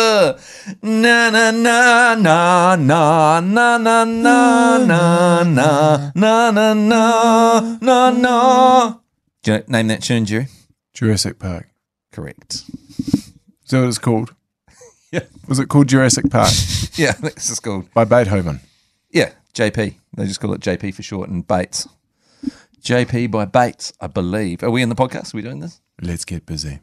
Na na na na na na na na na na na na na na na. Do you know- name that tune, Jerry? Jurassic Park. Correct. Is that what it's called? Yeah. Was it called Jurassic Park Yeah, this is called. by Beethoven? Yeah, JP. They just call it JP for short and Bates. JP by Bates, I believe. Are we in the podcast? Are we doing this? Let's get busy.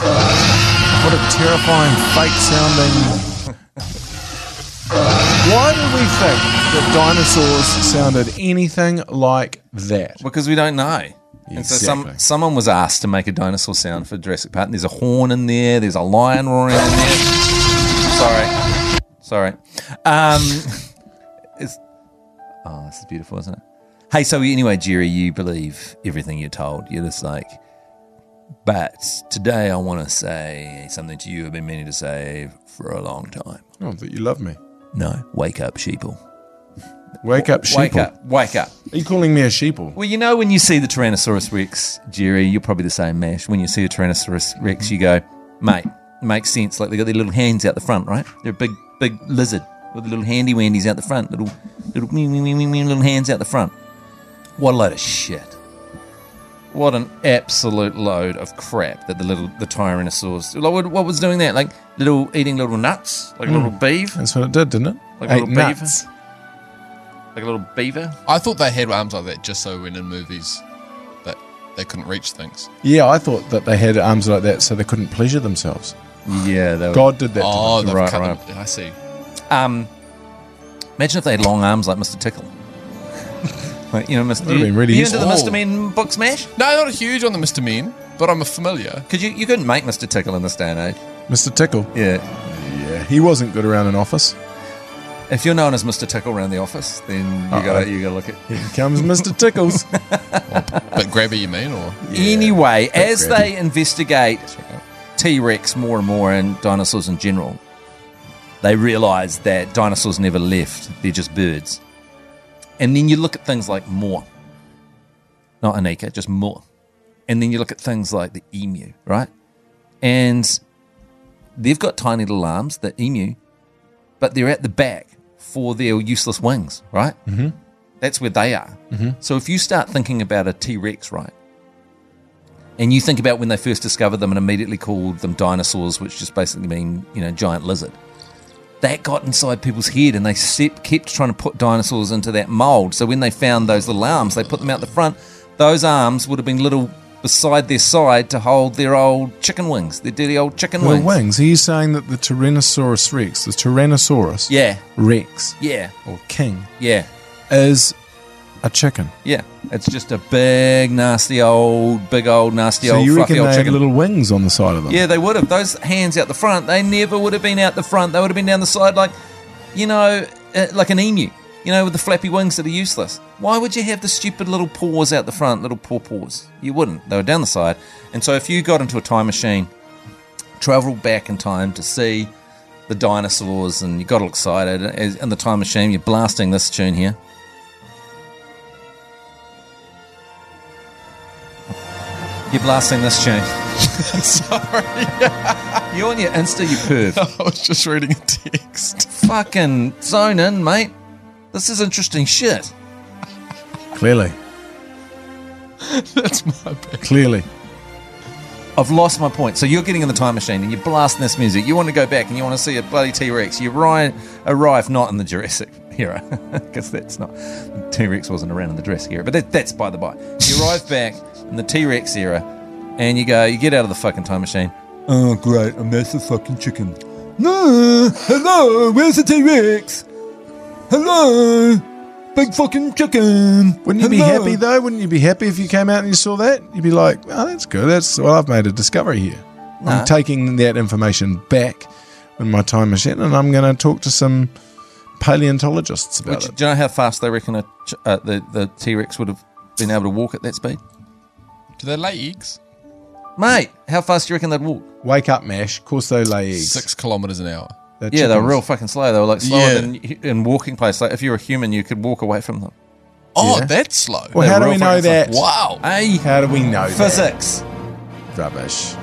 What a terrifying, fake sounding. Why did we think that dinosaurs sounded anything like that? Because we don't know. And so some, Exactly. someone was asked to make a dinosaur sound for Jurassic Park. And there's a horn in there. There's a lion roaring in there. Sorry. Sorry. Um, it's, oh, this is beautiful, isn't it? Hey, so anyway, Jerry, you believe everything you're told. You're just like, but today I want to say something to you I've been meaning to say for a long time. Oh, that you love me. No, wake up, sheeple. Wake up, sheeple. Wake up, wake up. Are you calling me a sheeple? Well, you know, when you see the Tyrannosaurus Rex, Jerry, you're probably the same, Mash. When you see a Tyrannosaurus Rex, you go, mate, makes sense. Like they got their little hands out the front, right? They're a big, big lizard with little handy wandies out the front, little, little, meow, meow, meow, meow, meow, little hands out the front. What a load of shit. What an absolute load of crap that the little the Tyrannosaurus. Like, what, what was doing that? Like little eating little nuts, like a little beaver, That's what it did, didn't it? Like a Ate little beaver. nuts. like a little beaver. I thought they had arms like that just so when in movies that they couldn't reach things. Yeah, I thought that they had arms like that so they couldn't pleasure themselves. Yeah, they were God did that to them. Oh, they've Right, cut right. them. I see. Um, imagine if they had long arms like Mr. Tickle. like, you know, Mr. That'd you, be really you into the useful. Mr. Mean book smash? No, not a huge on the Mr. Men, but I'm a familiar. Because you, you couldn't make Mr. Tickle in this day and age. Mr. Tickle. Yeah. Yeah, he wasn't good around an office. If you're known as Mr. Tickle around the office, then you Uh-oh. gotta you gotta look at. Here comes Mr. Tickles. But grabby, you mean? Or Anyway, as grab they investigate T Rex more and more and dinosaurs in general, they realize that dinosaurs never left. They're just birds. And then you look at things like more. Not Anika, just more. And then you look at things like the emu, right? And they've got tiny little arms, the emu, but they're at the back for their useless wings, right? Mm-hmm. That's where they are. So if you start thinking about a T Rex, right? And you think about when they first discovered them and immediately called them dinosaurs, which just basically mean, you know, giant lizard. That got inside people's head and they sep- kept trying to put dinosaurs into that mold. So when they found those little arms, they put them out the front. Those arms would have been little beside their side to hold their old chicken wings, their dirty old chicken the wings. wings. He's saying that the Tyrannosaurus Rex, the Tyrannosaurus Yeah, Rex, yeah, or King, yeah, is a chicken. yeah. It's just a big, nasty old, big old, nasty so old, you fluffy reckon old they had chicken. little wings on the side of them? Yeah, they would have. Those hands out the front, they never would have been out the front. They would have been down the side, like, you know, uh, like an emu, you know, with the flappy wings that are useless. Why would you have the stupid little paws out the front, little paw paws? You wouldn't. They were down the side. And so if you got into a time machine, traveled back in time to see the dinosaurs, and you got all excited, as- in the time machine, you're blasting this tune here. You're blasting this tune. sorry, You on your Insta, you perv. I was just reading a text. Fucking zone in, mate. This is interesting shit. Clearly. That's my bad. Clearly. I've lost my point. So you're getting in the time machine and you're blasting this music. You want to go back and you want to see a bloody T Rex. You ri- arrive not in the Jurassic era because that's not T Rex wasn't around in the Jurassic era, but that, that's by the by. You arrive back in the T Rex era and you go, you get out of the fucking time machine. Oh great, a massive fucking chicken. No, hello, where's the T Rex? Hello, Big fucking chicken. Wouldn't you be Hello. happy though? Wouldn't you be happy if you came out and you saw that? You'd be like, "Oh, that's good. That's well, I've made a discovery here. Nah. I'm taking that information back in my time machine, and I'm going to talk to some paleontologists about Which, it." do you know how fast they reckon a, ch- uh, the the T Rex would have been able to walk at that speed, Do they lay eggs? mate? How fast do you reckon they'd walk? Wake up, Mash. Of course, they lay eggs. Six kilometers an hour. They're Yeah, they were chickens. real fucking slow. They were like slower Yeah. than than in walking place. Like if you were a human, you could walk away from them. Oh, Yeah. that's slow. Well, They're how do real we know fucking that? slow. Wow. Hey, How do we know physics. that? Rubbish.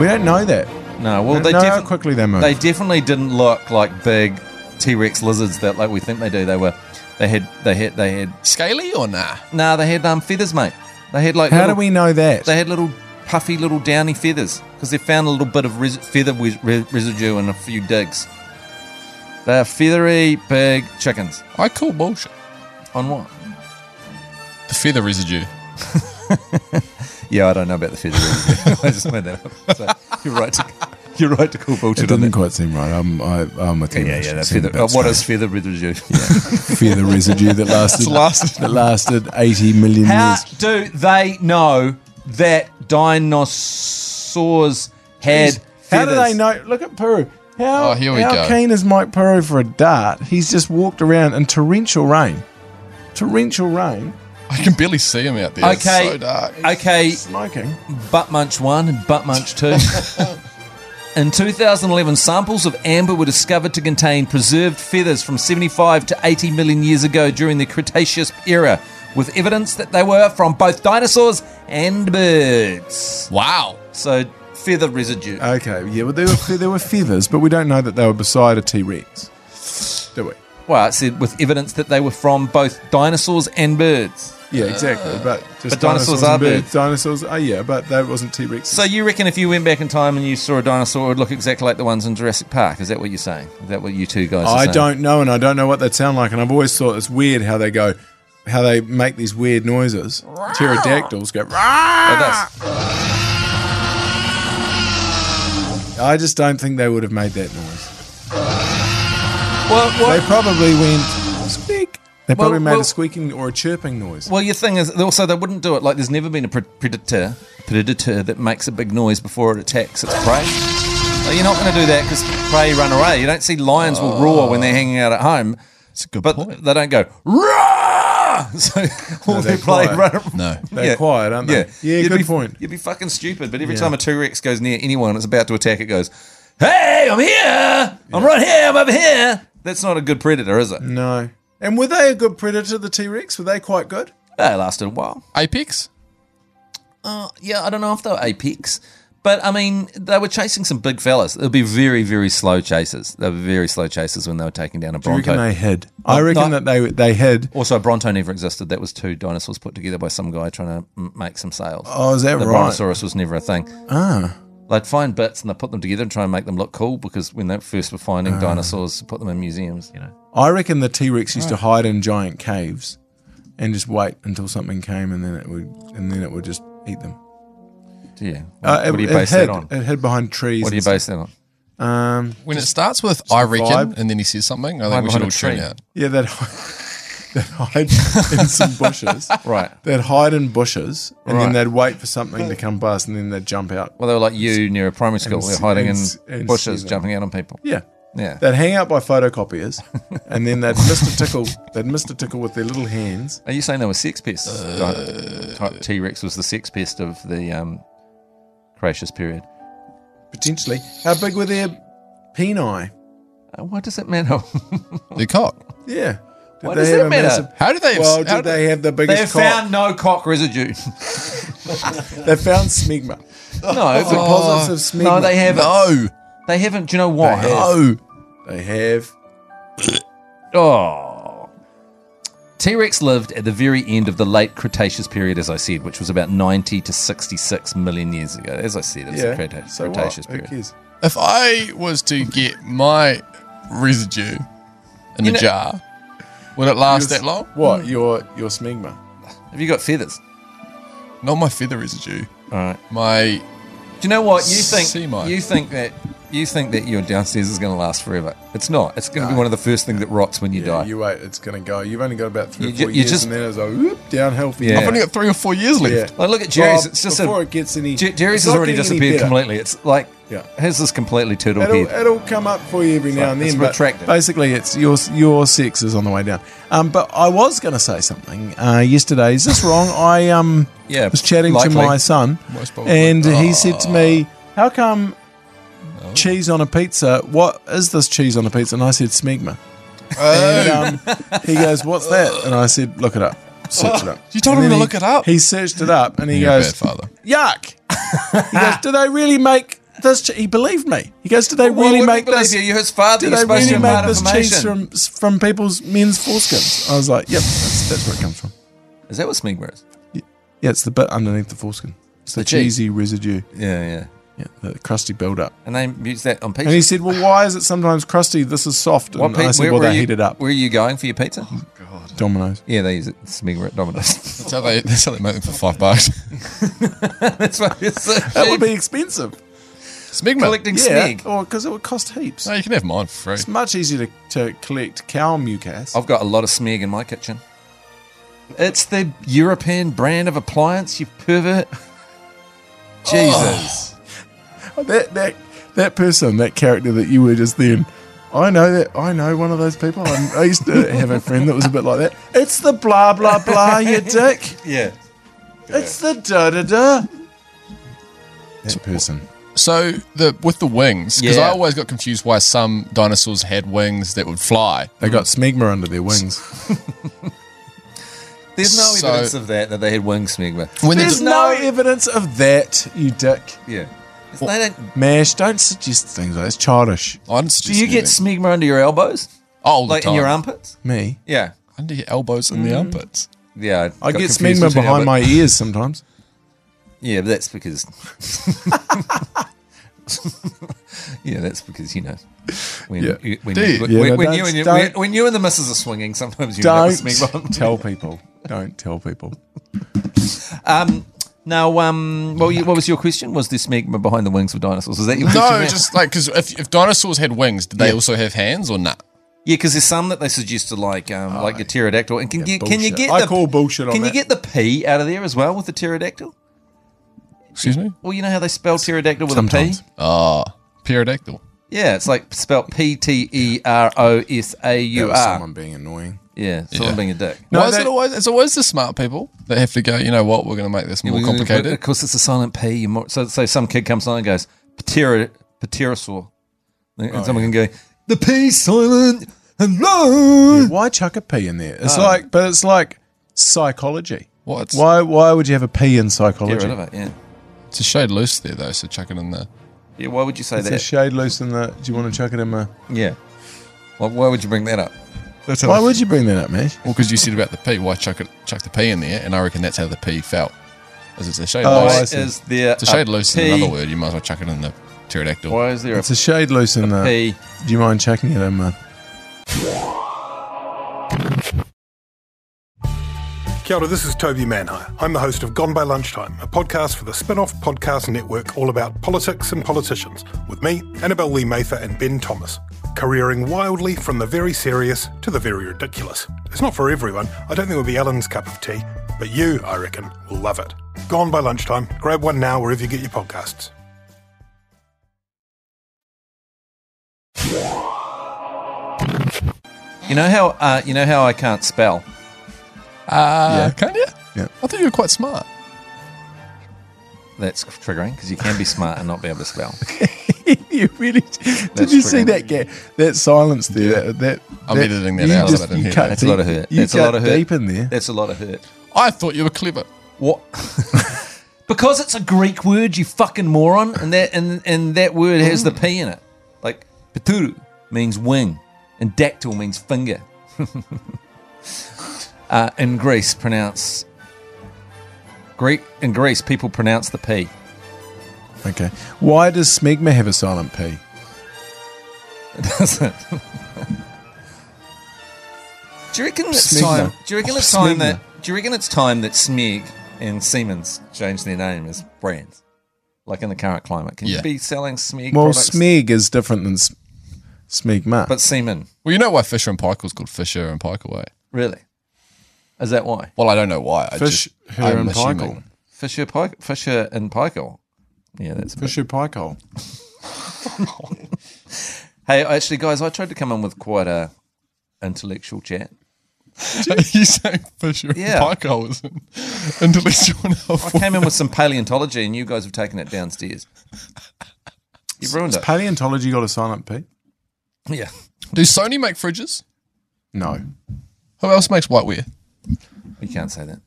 We don't know that. No, We well don't they know how definitely quickly they move. they definitely didn't look like big T Rex lizards that like we think they do. They were, they had they had they had Scaly or nah? nah they had um feathers, mate. They had like how little, do we know that? They had little puffy little downy feathers because they found a little bit of res- feather wes- re- residue in a few digs. They are feathery big chickens. I call bullshit. On what? The feather residue. Yeah, I don't know about the feather residue. I just made that up. So you're right. To, you're right to call it bullshit on didn't that. quite seem right. I'm, I, I'm with you. Yeah, Mash. yeah, It that seemed a feather. bit Uh, what is strange. feather residue? feather residue that lasted, lasted- that lasted 80 million How years. do they know that dinosaurs had feathers? How do they know? Look at Peru. How, Oh, here we how go. keen is Mike Peru for a dart? He's just walked around in torrential rain. Torrential rain. I can barely see him out there. Okay. Okay. so dark. Okay, Smoking. Butt Munch 1 and Butt Munch 2. In 2011, samples of amber were discovered to contain preserved feathers from 75 to 80 million years ago during the Cretaceous era, with evidence that they were from both dinosaurs and birds. Wow. So, feather residue. Okay, yeah, well, there were, there were feathers, but we don't know that they were beside a T Rex. Do we? well, it said with evidence that they were from both dinosaurs and birds. Yeah, exactly. But just Uh, But dinosaurs and are birds. birds. Dinosaurs, oh, yeah, but that wasn't T Rex. So, you reckon if you went back in time and you saw a dinosaur, it would look exactly like the ones in Jurassic Park? Is that what you're saying? Is that what you two guys are I saying? don't know, and I don't know what they'd sound like. And I've always thought it's weird how they go, how they make these weird noises. Pterodactyls Oh, go. "Rah!" Like this. I just don't think they would have made that noise. Well, what, They probably went squeak. They probably made well- a squeaking or a chirping noise. Well, your thing is also they wouldn't do it. Like there's never been a pre- predator predator that makes a big noise before it attacks its prey. Like, you're not going to do that because prey run away. You don't see lions will roar when they're hanging out at home, That's a good but point. they don't go roar. So all No, their they're prey quiet. run. No. They're quiet, aren't they? Yeah, Yeah, You'd good be, point. You'd be fucking stupid. But every Yeah. time a T Rex goes near anyone, it's about to attack. It goes, "Hey, I'm here. I'm right here. I'm over here." That's not a good predator, is it? No. And were they a good predator, the T Rex? Were they quite good? They lasted a while. Apex? Uh, yeah, I don't know if they were apex, but I mean, they were chasing some big fellas. They'd be very, very slow chasers. They were very slow chasers when they were taking down a I reckon Bronto. they hid. I reckon no. that they they hid. also, a Bronto never existed. That was two dinosaurs put together by some guy trying to m- make some sales. Oh, is that the right? Brontosaurus was never a thing. Ah, They'd find bits and they put them together and try and make them look cool because when they first were finding Ah. dinosaurs, put them in museums, you know. I reckon the T Rex used to hide in giant caves and just wait until something came, and then it would and then it would just eat them. Yeah. What, Uh, it, what do you it base hid, that on? It hid behind trees. What do you and base that on? stuff. Um, When it starts with I reckon vibe. and then he says something, I Hide think we should behind a all tune tree. out. yeah, that that hide in some bushes. Right. They'd hide in bushes, and Right. then they'd wait for something to come past, and then they'd jump out. Well, they were like you near a primary school. And They're s- hiding and in s- and bushes, see them. jumping out on people. Yeah. Yeah. They'd hang out by photocopiers, and then they'd Mr. Tickle, they'd Mr. Tickle with their little hands. Are you saying they were sex pests? Uh, T Rex was the sex pest of the um, Cretaceous period. Potentially, how big were their peni? Uh, why does it matter? The cock. Yeah. Did Why does that a matter? How do they have, well, how did do- they have the they biggest? have cock? found no cock residue. They found smegma. no, The positives of smegma. Oh. no, they haven't. No. They haven't. Do you know why? They have. No. They have. Oh. T Rex lived at the very end of the late Cretaceous period, as I said, which was about 90 to 66 million years ago. As I said, it's Yeah. the Creta- so what? Cretaceous Who period. cares? If I was to get my residue in a know- jar, would it last that long? Hmm. What? Your your smegma. Have you got feathers? Not my feather residue. All right. My Do you know what you think? Semi. You think that you think that your downstairs is going to last forever. It's not. It's going to be one of the first things that rots when you Yeah, die. you wait, it's going to go. You've only got about three You or ju- four you years, just- and then it's like whoop, downhill for you. Yeah. I've only got three or four years Yeah. left. Like, look at Jerry's. it's just before a, it gets any. Jer- Jerry's it's has not already getting any disappeared better. completely. It's like, Yeah. here's this completely turtled It'll, head. it'll come up for you every now like and it's then. But retracted. basically, it's your your six is on the way down. Um, but I was going to say something uh, yesterday. Is this wrong? I um Yeah, was chatting likely. to my son, Most probably. Ah. and he said to me, "How come Oh. cheese on a pizza? What is this cheese on a pizza?" And I said, "Smegma." And um, he goes, "What's that?" And I said, "Look it up. Search it up." You told And then him to he- look it up? He searched it up, and he You're a bad goes, father. "Yuck!" he goes, "Do they really make this?" Che-? He believed me. He goes, "Do they Well, I really wouldn't make believe this?" You. You're his father. Do You're they supposed really to make make this cheese information. from from people's men's foreskins? I was like, "Yep, that's, that's where it comes from." Is that what smegma is? Yeah, it's the bit underneath the foreskin. It's the, The cheese. cheesy residue, Yeah, yeah. yeah, the crusty buildup. And they use that on pizza. And he said, "Well, why is it sometimes crusty? This is soft." And What pe- I said, where "Well, were they you- heat it up." Where are you going for your pizza? God. Dominoes. Yeah, they use it. Smegma at Domino's. That's how they, that's how they make them for five bucks. That's why it's so That cheap. would be expensive. Smegma. collecting Yeah, smeg. or because it would cost heaps. No, you can have mine for It's free. much easier to, to collect cow mucus. I've got a lot of smeg in my kitchen. It's the European brand of appliance, you pervert. Jesus. That that that person, that character that you were just then. I know that. I know one of those people. i I used to have a friend that was a bit like that. It's the blah blah blah, you dick. Oh, Yeah. It's the da da da. That person. So the with the wings, because Yeah. I always got confused why some dinosaurs had wings that would fly. They got smegma under their wings. There's no So- evidence of that, that they had wing smegma. When they There's just, no no- evidence of that, you dick. Yeah. It's- they don't- Mash, don't suggest things like that's childish. I do didn't suggest you get anything. smegma under your elbows? Oh, all the Like time. in your Mm. armpits? Me. Yeah. under your elbows and the armpits. Yeah. I got get confused smegma between behind elbow- my ears sometimes. Yeah, but that's because. yeah, that's because you know. When, Yeah. you, when, Dude. you, when, Yeah, no, when you don't- and you, don't- when, when you and the missus are swinging, sometimes you end up Don't with smegma. tell people. Don't tell people. Um, now, um, well, you, what was your question? Was this smegma behind the wings of dinosaurs? Is that your question? No, there? just like because if, if dinosaurs had wings, did they also have hands or not? yeah, because there's some that they suggested, like um, like your pterodactyl. And can you can you Oh, bullshit. get I the, call bullshit on Can you get that. the P out of there as well with the pterodactyl? Excuse me. Well, you know how they spell pterodactyl with Sometimes. a P. Ah, pterodactyl. Yeah, it's like spelled P T E R O S A That U was R. someone being annoying. Yeah, someone Yeah. being a dick. No, Why is that- it always? It's always the smart people that have to go. You know what? We're going to make this more Of complicated. course, it's a silent P. You more, so, so some kid comes along and goes, Ptero, Pterosaur. And Oh, someone can go, the P silent. Hello. Why chuck a P in there? It's like, but it's like psychology. What's Why? Why would you have a P in Get psychology? rid of it, yeah. it's a shade loose there though. So chuck it in there. Yeah, why would you say It's a that? shade loose in the. Do you want to chuck it in my? yeah. Like, why would you bring that up? That's Why would you bring that up, Mash? Well, because you said about the P, why chuck it, chuck the P in there? And I reckon that's how the P felt. As it's a shade Oh, loose. I Why see. is there It's a shade loose P- in another word. You might as well chuck it in the pterodactyl. Why is there a It's a shade loose in the. P? Do you mind chucking it in my? Kia ora, this is Toby Manhire. I'm the host of Gone by Lunchtime, a podcast for the spin off podcast network all about politics and politicians, with me, Annabelle Lee Mather and Ben Thomas, careering wildly from the very serious to the very ridiculous. It's not for everyone, I don't think it would be Alan's cup of tea, but you, I reckon, will love it. Gone by Lunchtime, grab one now wherever you get your podcasts. You know how uh, you know how I can't spell. Yeah. Uh, Can you? Yeah. I thought you were quite smart. That's triggering because you can be smart and not be able to spell. you really? did That's you true. see that gap? That silence there. That, that I'm editing that you out so Just, I don't you hear cut that. That's a deep- lot of hurt. You That's a lot cut of hurt. Deep in there. That's a lot of hurt. I thought you were clever. What? because it's a Greek word, you fucking moron, and that and and that word has the p in it. Like peturu means wing, and dactyl means finger. uh, in Greece, pronounce Greek in Greece people pronounce the p. Okay. Why does smegma have a silent P? It doesn't. do you reckon it's Smegma. time? Do you reckon it's time Smegma. that? Do you reckon it's time that Smeg and Siemens change their name as brands? Like in the current climate, can you Yeah. be selling smeg Well, products? Smeg is different than s- Smegma. but semen, Well, you know why Fisher and Paykel's called Fisher and Paykel, eh? really? Is that why Well, I don't know why. I Fish, just, her, I'm and assuming- Pykel. Fisher, Pike, Fisher and Paykel? Yeah, that's a bit- Fisher Pykel. Hey, actually, guys, I tried to come in with quite a intellectual chat. you saying Fisher Yeah. and Paykel is an intellectual enough. I came in with some paleontology, and you guys have taken it downstairs. You ruined it. Paleontology got a silent P? Yeah, Do Sony make fridges? No. Who else makes whiteware? we can't say that.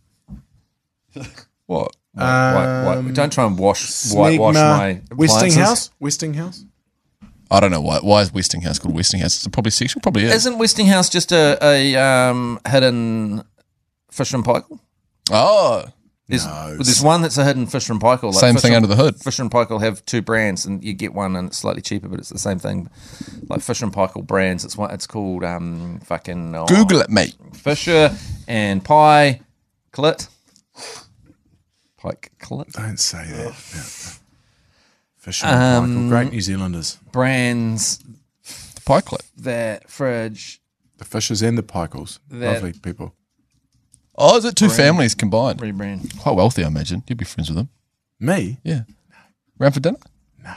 What? White, white. Don't try and wash whitewash my Smegma. appliances. Westinghouse? Westinghouse? I don't know why. Why is Westinghouse called Westinghouse? It's probably sexual. Probably is. Isn't Westinghouse just a, a um, hidden Fisher and Paykel? Oh, There's, there's one that's a hidden Fisher and Paykel. Like same Fisher thing and- under the hood. Fisher and Paykel have two brands, and you get one and it's slightly cheaper, but it's the same thing. Like Fisher and Paykel brands, it's one. It's called um fucking oh, Google it, mate. Fisher and Pie Clit. Pike Clit Don't say that. No. Fisher and Pykel. Great New Zealanders. brands The pie clip. that fridge The Fishers and the Pykels. That- Lovely people. Oh, is it two families combined? rebrand. Quite wealthy, I imagine. You'd be friends with them. Me? Yeah. Round for dinner? No.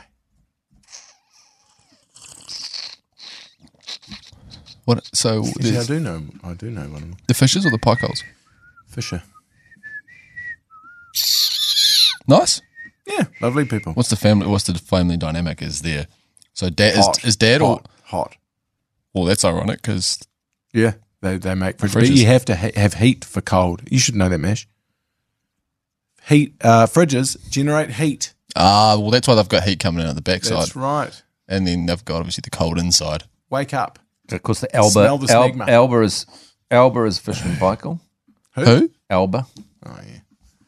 What? So Actually, I there's do know. I do know one of them. the Fishers or the Pycoles? Fisher. Nice. Yeah, lovely people. What's the family? What's the family dynamic? Is there? So dad is, is dad or? hot, hot? Well, that's ironic because Yeah, they they make fridges. But Fridges. you have to ha- have heat for cold. You should know that, Mash. Heat uh, fridges generate heat. ah, well, that's why they've got heat coming in at the backside, That's right. and then they've got obviously the cold inside. Wake up. Of course, the Alba Smell the Al- smegma. Alba is Alba is Fisher and Paykel. Who? Alba Oh yeah,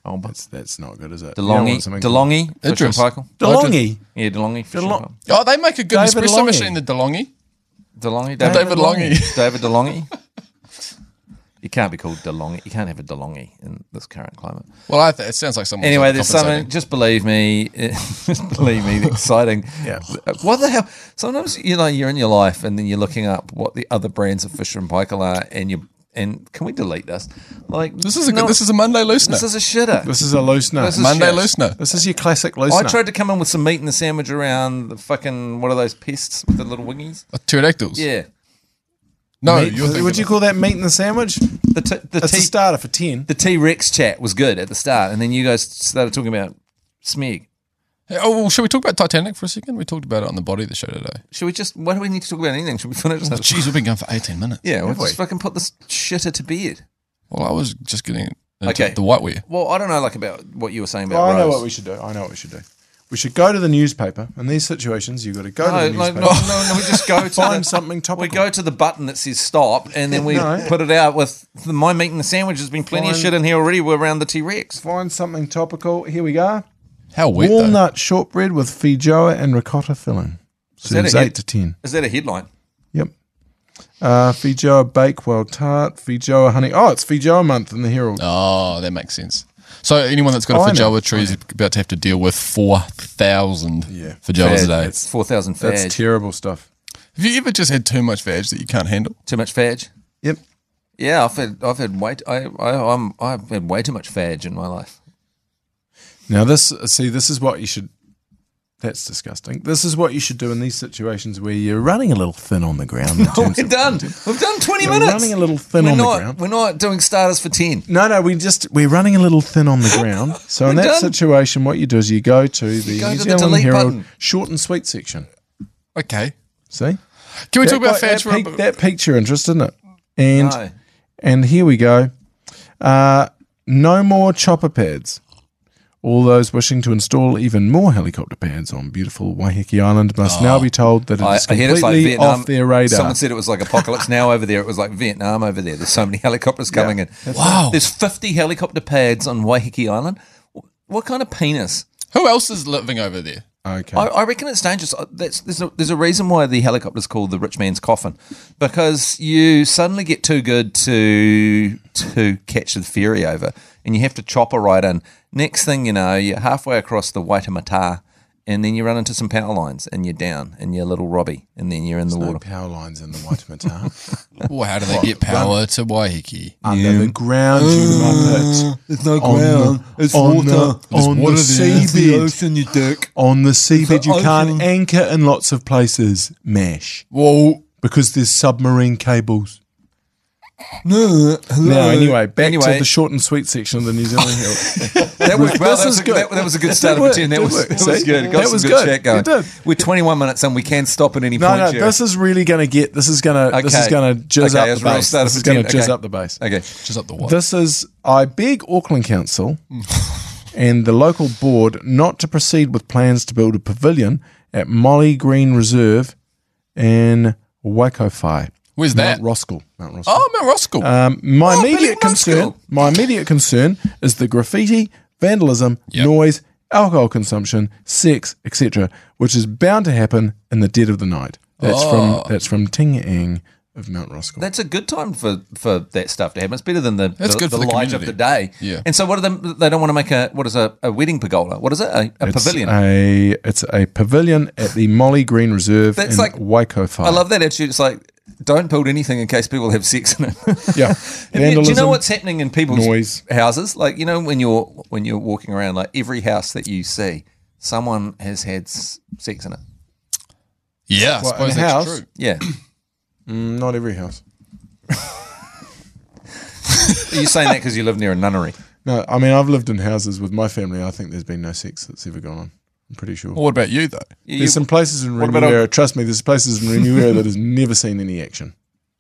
Alba that's that's not good, is it? You DeLonghi want something- DeLonghi Fisher and Idris. Paykel. DeLonghi. Yeah, DeLonghi Fisher DeLo- and Paykel. Oh, they make a good David espresso Longy. machine. The DeLonghi. DeLonghi. David DeLonghi. David DeLonghi. You can't be called DeLonghi. You can't have a DeLonghi in this current climate. Well, I th- it sounds like someone. Anyway, there's something. Just believe me. eh, Just believe me. Exciting. Yeah. What the hell? Sometimes you know you're in your life, and then you're looking up what the other brands of Fisher and Paykel are, and you and can we delete this? Like This is a no, good, this is a Monday loosener. this is a shitter. This is a loosener. This This is is, Monday shit. loosener. your classic I loosener. tried to come in with some meat and a sandwich around the fucking what are those pests with the little wingies? Uh, Pterodactyls. Yeah, No, Meat- you're thinking. would you of- call that meat in the sandwich? the t- the That's t- a starter for ten. the T Rex chat was good at the start, and then you guys started talking about Smeg. Hey, oh, well, should we talk about Titanic for a second? We talked about it on the body of the show today. Should we just? Why do we need to talk about anything? Should we finish? Oh, this? jeez, we've been going for 18 minutes. yeah, we'll Have just we? fucking put this shitter to bed. Well, I was just getting into Okay. the whiteware. Well, I don't know, like about what you were saying about I know Rose. what we should do. I know what we should do. We should go to the newspaper. In these situations, you've got to go no, to the like, newspaper. no, no, no, we just go to Find the, something topical. We go to the button that says stop, and then we No. put it out with the, my meat and the sandwich. There's been plenty of Fine. shit in here already. We're around the T Rex. Find something topical. Here we go. How weird, though. Walnut shortbread with feijoa and ricotta filling. that Serves it? eight to ten. Is that a headline? Yep. Uh, feijoa bakewell tart, feijoa honey. Oh, it's feijoa month in the Herald. Oh, that makes sense. So anyone that's got a Oh, I know. fajita tree is about to have to deal with 4,000 Yeah. fajitas a day. It's four thousand That's fadge. terrible stuff. Have you ever just had too much veg that you can't handle? too much fadge. Yep. Yeah, I've had I've had way t- I, I I'm I've had way too much fadge in my life. Now this see this is what you should. That's disgusting. This is what you should do in these situations where you're running a little thin on the ground. in terms We're of done. We've done 20 You're minutes. running a little thin we're on the not, ground. We're not doing starters for 10. No, no, we just we're running a little thin on the ground. So in We're that done. situation, what you do is you go to the go New to the Zealand delete Herald button. short and sweet section. Okay. See, Can we talk that, about veg for a got- oh, that, bit? piqued, that piqued your interest, didn't it? And No. and here we go. Uh, no more chopper pads. All those wishing to install even more helicopter pads on beautiful Waiheke Island must now be told that Oh. I, it's I hear completely it's like Vietnam. off their radar. Someone said it was like apocalypse now over there. It was like Vietnam over there. There's so many helicopters coming in. Wow. There's 50 helicopter pads on Waiheke Island. What kind of penis? Who else is living over there? Okay. I, I reckon it's dangerous. Uh, That's, there's, a, there's a reason why the helicopter's called the rich man's coffin, because you suddenly get too good to to catch the ferry over, and you have to chopper right in. Next thing you know, you're halfway across the Waitemata, and then you run into some power lines, and you're down, and you're little Robbie, and then you're in the no water. power lines in the Waitemata. Well, how do they get power to Waiheke? Under the ground, you Uh. muppet. There's no On ground. the- it's on water. the- on water the there. It's seabed. The ocean, you dick. On the seabed, you ocean. can't anchor in lots of places, Mash, Whoa. because there's submarine cables. No. Hello. Now, anyway, back Anyway. to the short and sweet section of the New Zealand Herald. That was, well, This that, was is a, good. good. That, that was a good It start of a worked, 10. That it was, worked. that was See? good. Got That some was good, good. chat It going. did. We're 21 minutes in. We can stop at any no, point. no, Jerry. this is really going to get. This is going to. This is Okay. going to jizz Okay, up it's the real base. start of This is the going to team. jizz Okay. up the base. okay. Just up the what? This is, I beg Auckland Council and the local board not to proceed with plans to build a pavilion at Molly Green Reserve in Waikowhai. Where's Mount that? Roskill. Mount Roskill. Oh, Mount Roskill. Um, my Oh, Billy immediate concern, Munskill. my immediate concern is the graffiti, vandalism, Yep. noise, alcohol consumption, sex, etc., which is bound to happen in the dead of the night. That's Oh. from that's from Ting Ang of Mount Roskill. That's a good time for, for that stuff to happen. It's better than the, That's the, good the, for the light of community. the day. Yeah. And so what do they? They don't want to make a what is a, a wedding pergola? What is it? A, a It's pavilion. I A, it's a pavilion at the Molly Green Reserve That's in like- Waikowhai. love that attitude. It's like don't build anything in case people have sex in it. Yeah. And yet, do you know Vandalism. what's happening in people's noise. houses? Like you know when you're when you're walking around, like every house that you see, someone has had s- sex in it. yeah, I What, suppose in a that's house? true. Yeah. Mm, not every house. Are you saying that because you live near a nunnery? No, I mean I've lived in houses with my family. I think there's been no sex that's ever gone on. I'm pretty sure. Well, what about you, though? You, there's some places in about Remuera. Trust me, there's places in Remuera that has never seen any action.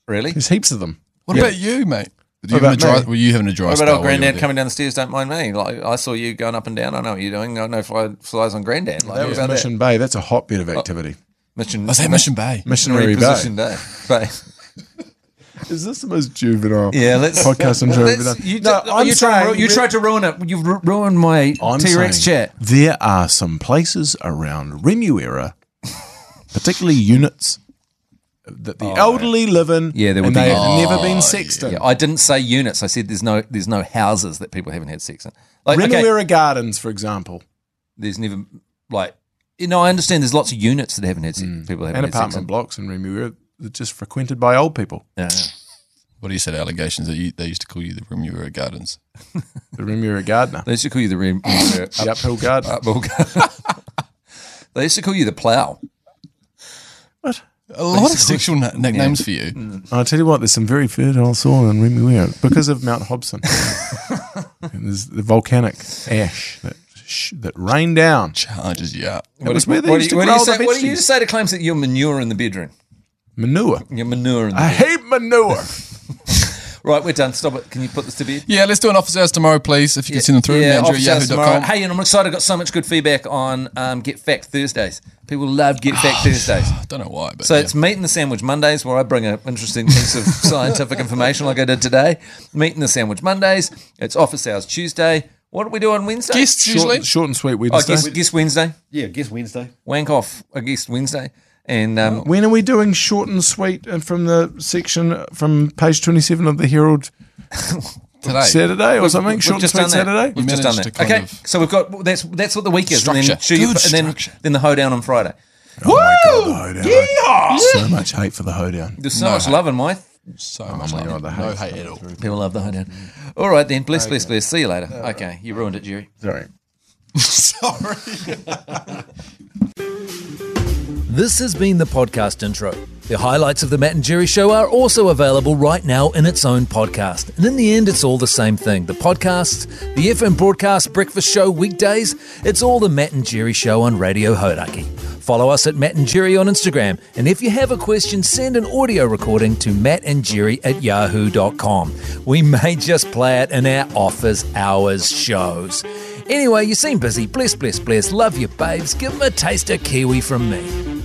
really? There's heaps of them. What about you, mate? Were you, What having a about dry, me? were you having a dry What spell? about old while you were granddad there? coming down the stairs? Don't mind me. Like I saw you going up and down. I know what you're doing. I know fly, flies on granddad. Like, That what was about Uh, Mission Bay. That's a hotbed of activity. that? Mission. Oh, I was at Mission Bay. Missionary position Bay. day. But Is this the most juvenile yeah, let's podcast I'm sure I've ever let's- done? You, No, oh, you, tried to, ru- you re- tried to ruin it. You've ru- ruined my I'm T Rex saying chat. There are some places around Remuera, particularly units that the elderly live in. Oh, Yeah, there would and be- Oh, they have never been sexed in. Yeah, Oh, I didn't say units. I said there's no there's no houses that people haven't had sex in. Like okay, Remuera Gardens, for example, there's never like you know I understand there's lots of units that haven't had sex. People haven't Mm. and had sex apartment in. blocks in Remuera that just frequented by old people. Yeah, yeah. What do you said? Allegations that you, they used to call you the Remuera Gardens. The Remuera Gardener, They used to call you the rim. up, the uphill gardener. up, up- they used to call you the plough. what? A lot of sexual na- nicknames for you. I tell you what, there's some very fertile soil in Remuera because of Mount Hobson. and there's the volcanic ash that sh- that rained down. Charges you up. It was where they What do used you, what to do grow you say, the what do you veggies. say to claims that you're manure in the bedroom? manure. You're manure in the I bedroom. hate manure. Right, we're done. Stop it. Can you put this to bed? Yeah, let's do an office hours tomorrow, please. If you can send them through, yeah, Andrew office at hours tomorrow. yahoo.com. Hey, and I'm excited. I got so much good feedback on um, Get Fact Thursdays. People love Get Oh. Fact Thursdays. I don't know why, but So yeah. it's meat and the sandwich Mondays, where I bring an interesting piece of scientific information, like I did today. Meat and the sandwich Mondays. It's office hours Tuesday. What do we do on Wednesday? guests usually. Short, short and sweet Oh, I Wednesday. guess, guess Wednesday. Yeah, guess Wednesday. Wank off. I guess Wednesday. And um, when are we doing short and sweet uh, from the section uh, from page 27 of the Herald Today. Saturday or something? We've Short and just sweet done that. Saturday? We've just done managed to that. kind Okay, of- so we've got that's that's what the week is, and then Structure. Tuesday- Good and then, structure. then the hoedown on Friday. Oh my God, the hoedown. So much hate for the hoedown. There's so much love in my So much Oh my love. God, the no hate's hate at all. people love the hoedown. All right then, bless, bless, bless. See you later. okay, you ruined it, Jerry. Sorry. Sorry. This has been the podcast intro. The highlights of the Matt and Jerry show are also available right now in its own podcast. And in the end, it's all the same thing. The podcasts, the FM broadcast breakfast show weekdays, it's all the Matt and Jerry show on Radio Hodaki. Follow us at Matt and Jerry on Instagram. And if you have a question, send an audio recording to Matt and Jerry at yahoo.com. We may just play it in our office hours shows. Anyway, you seem busy. Bless, bless, bless. Love you, babes. Give them a taste of kiwi from me.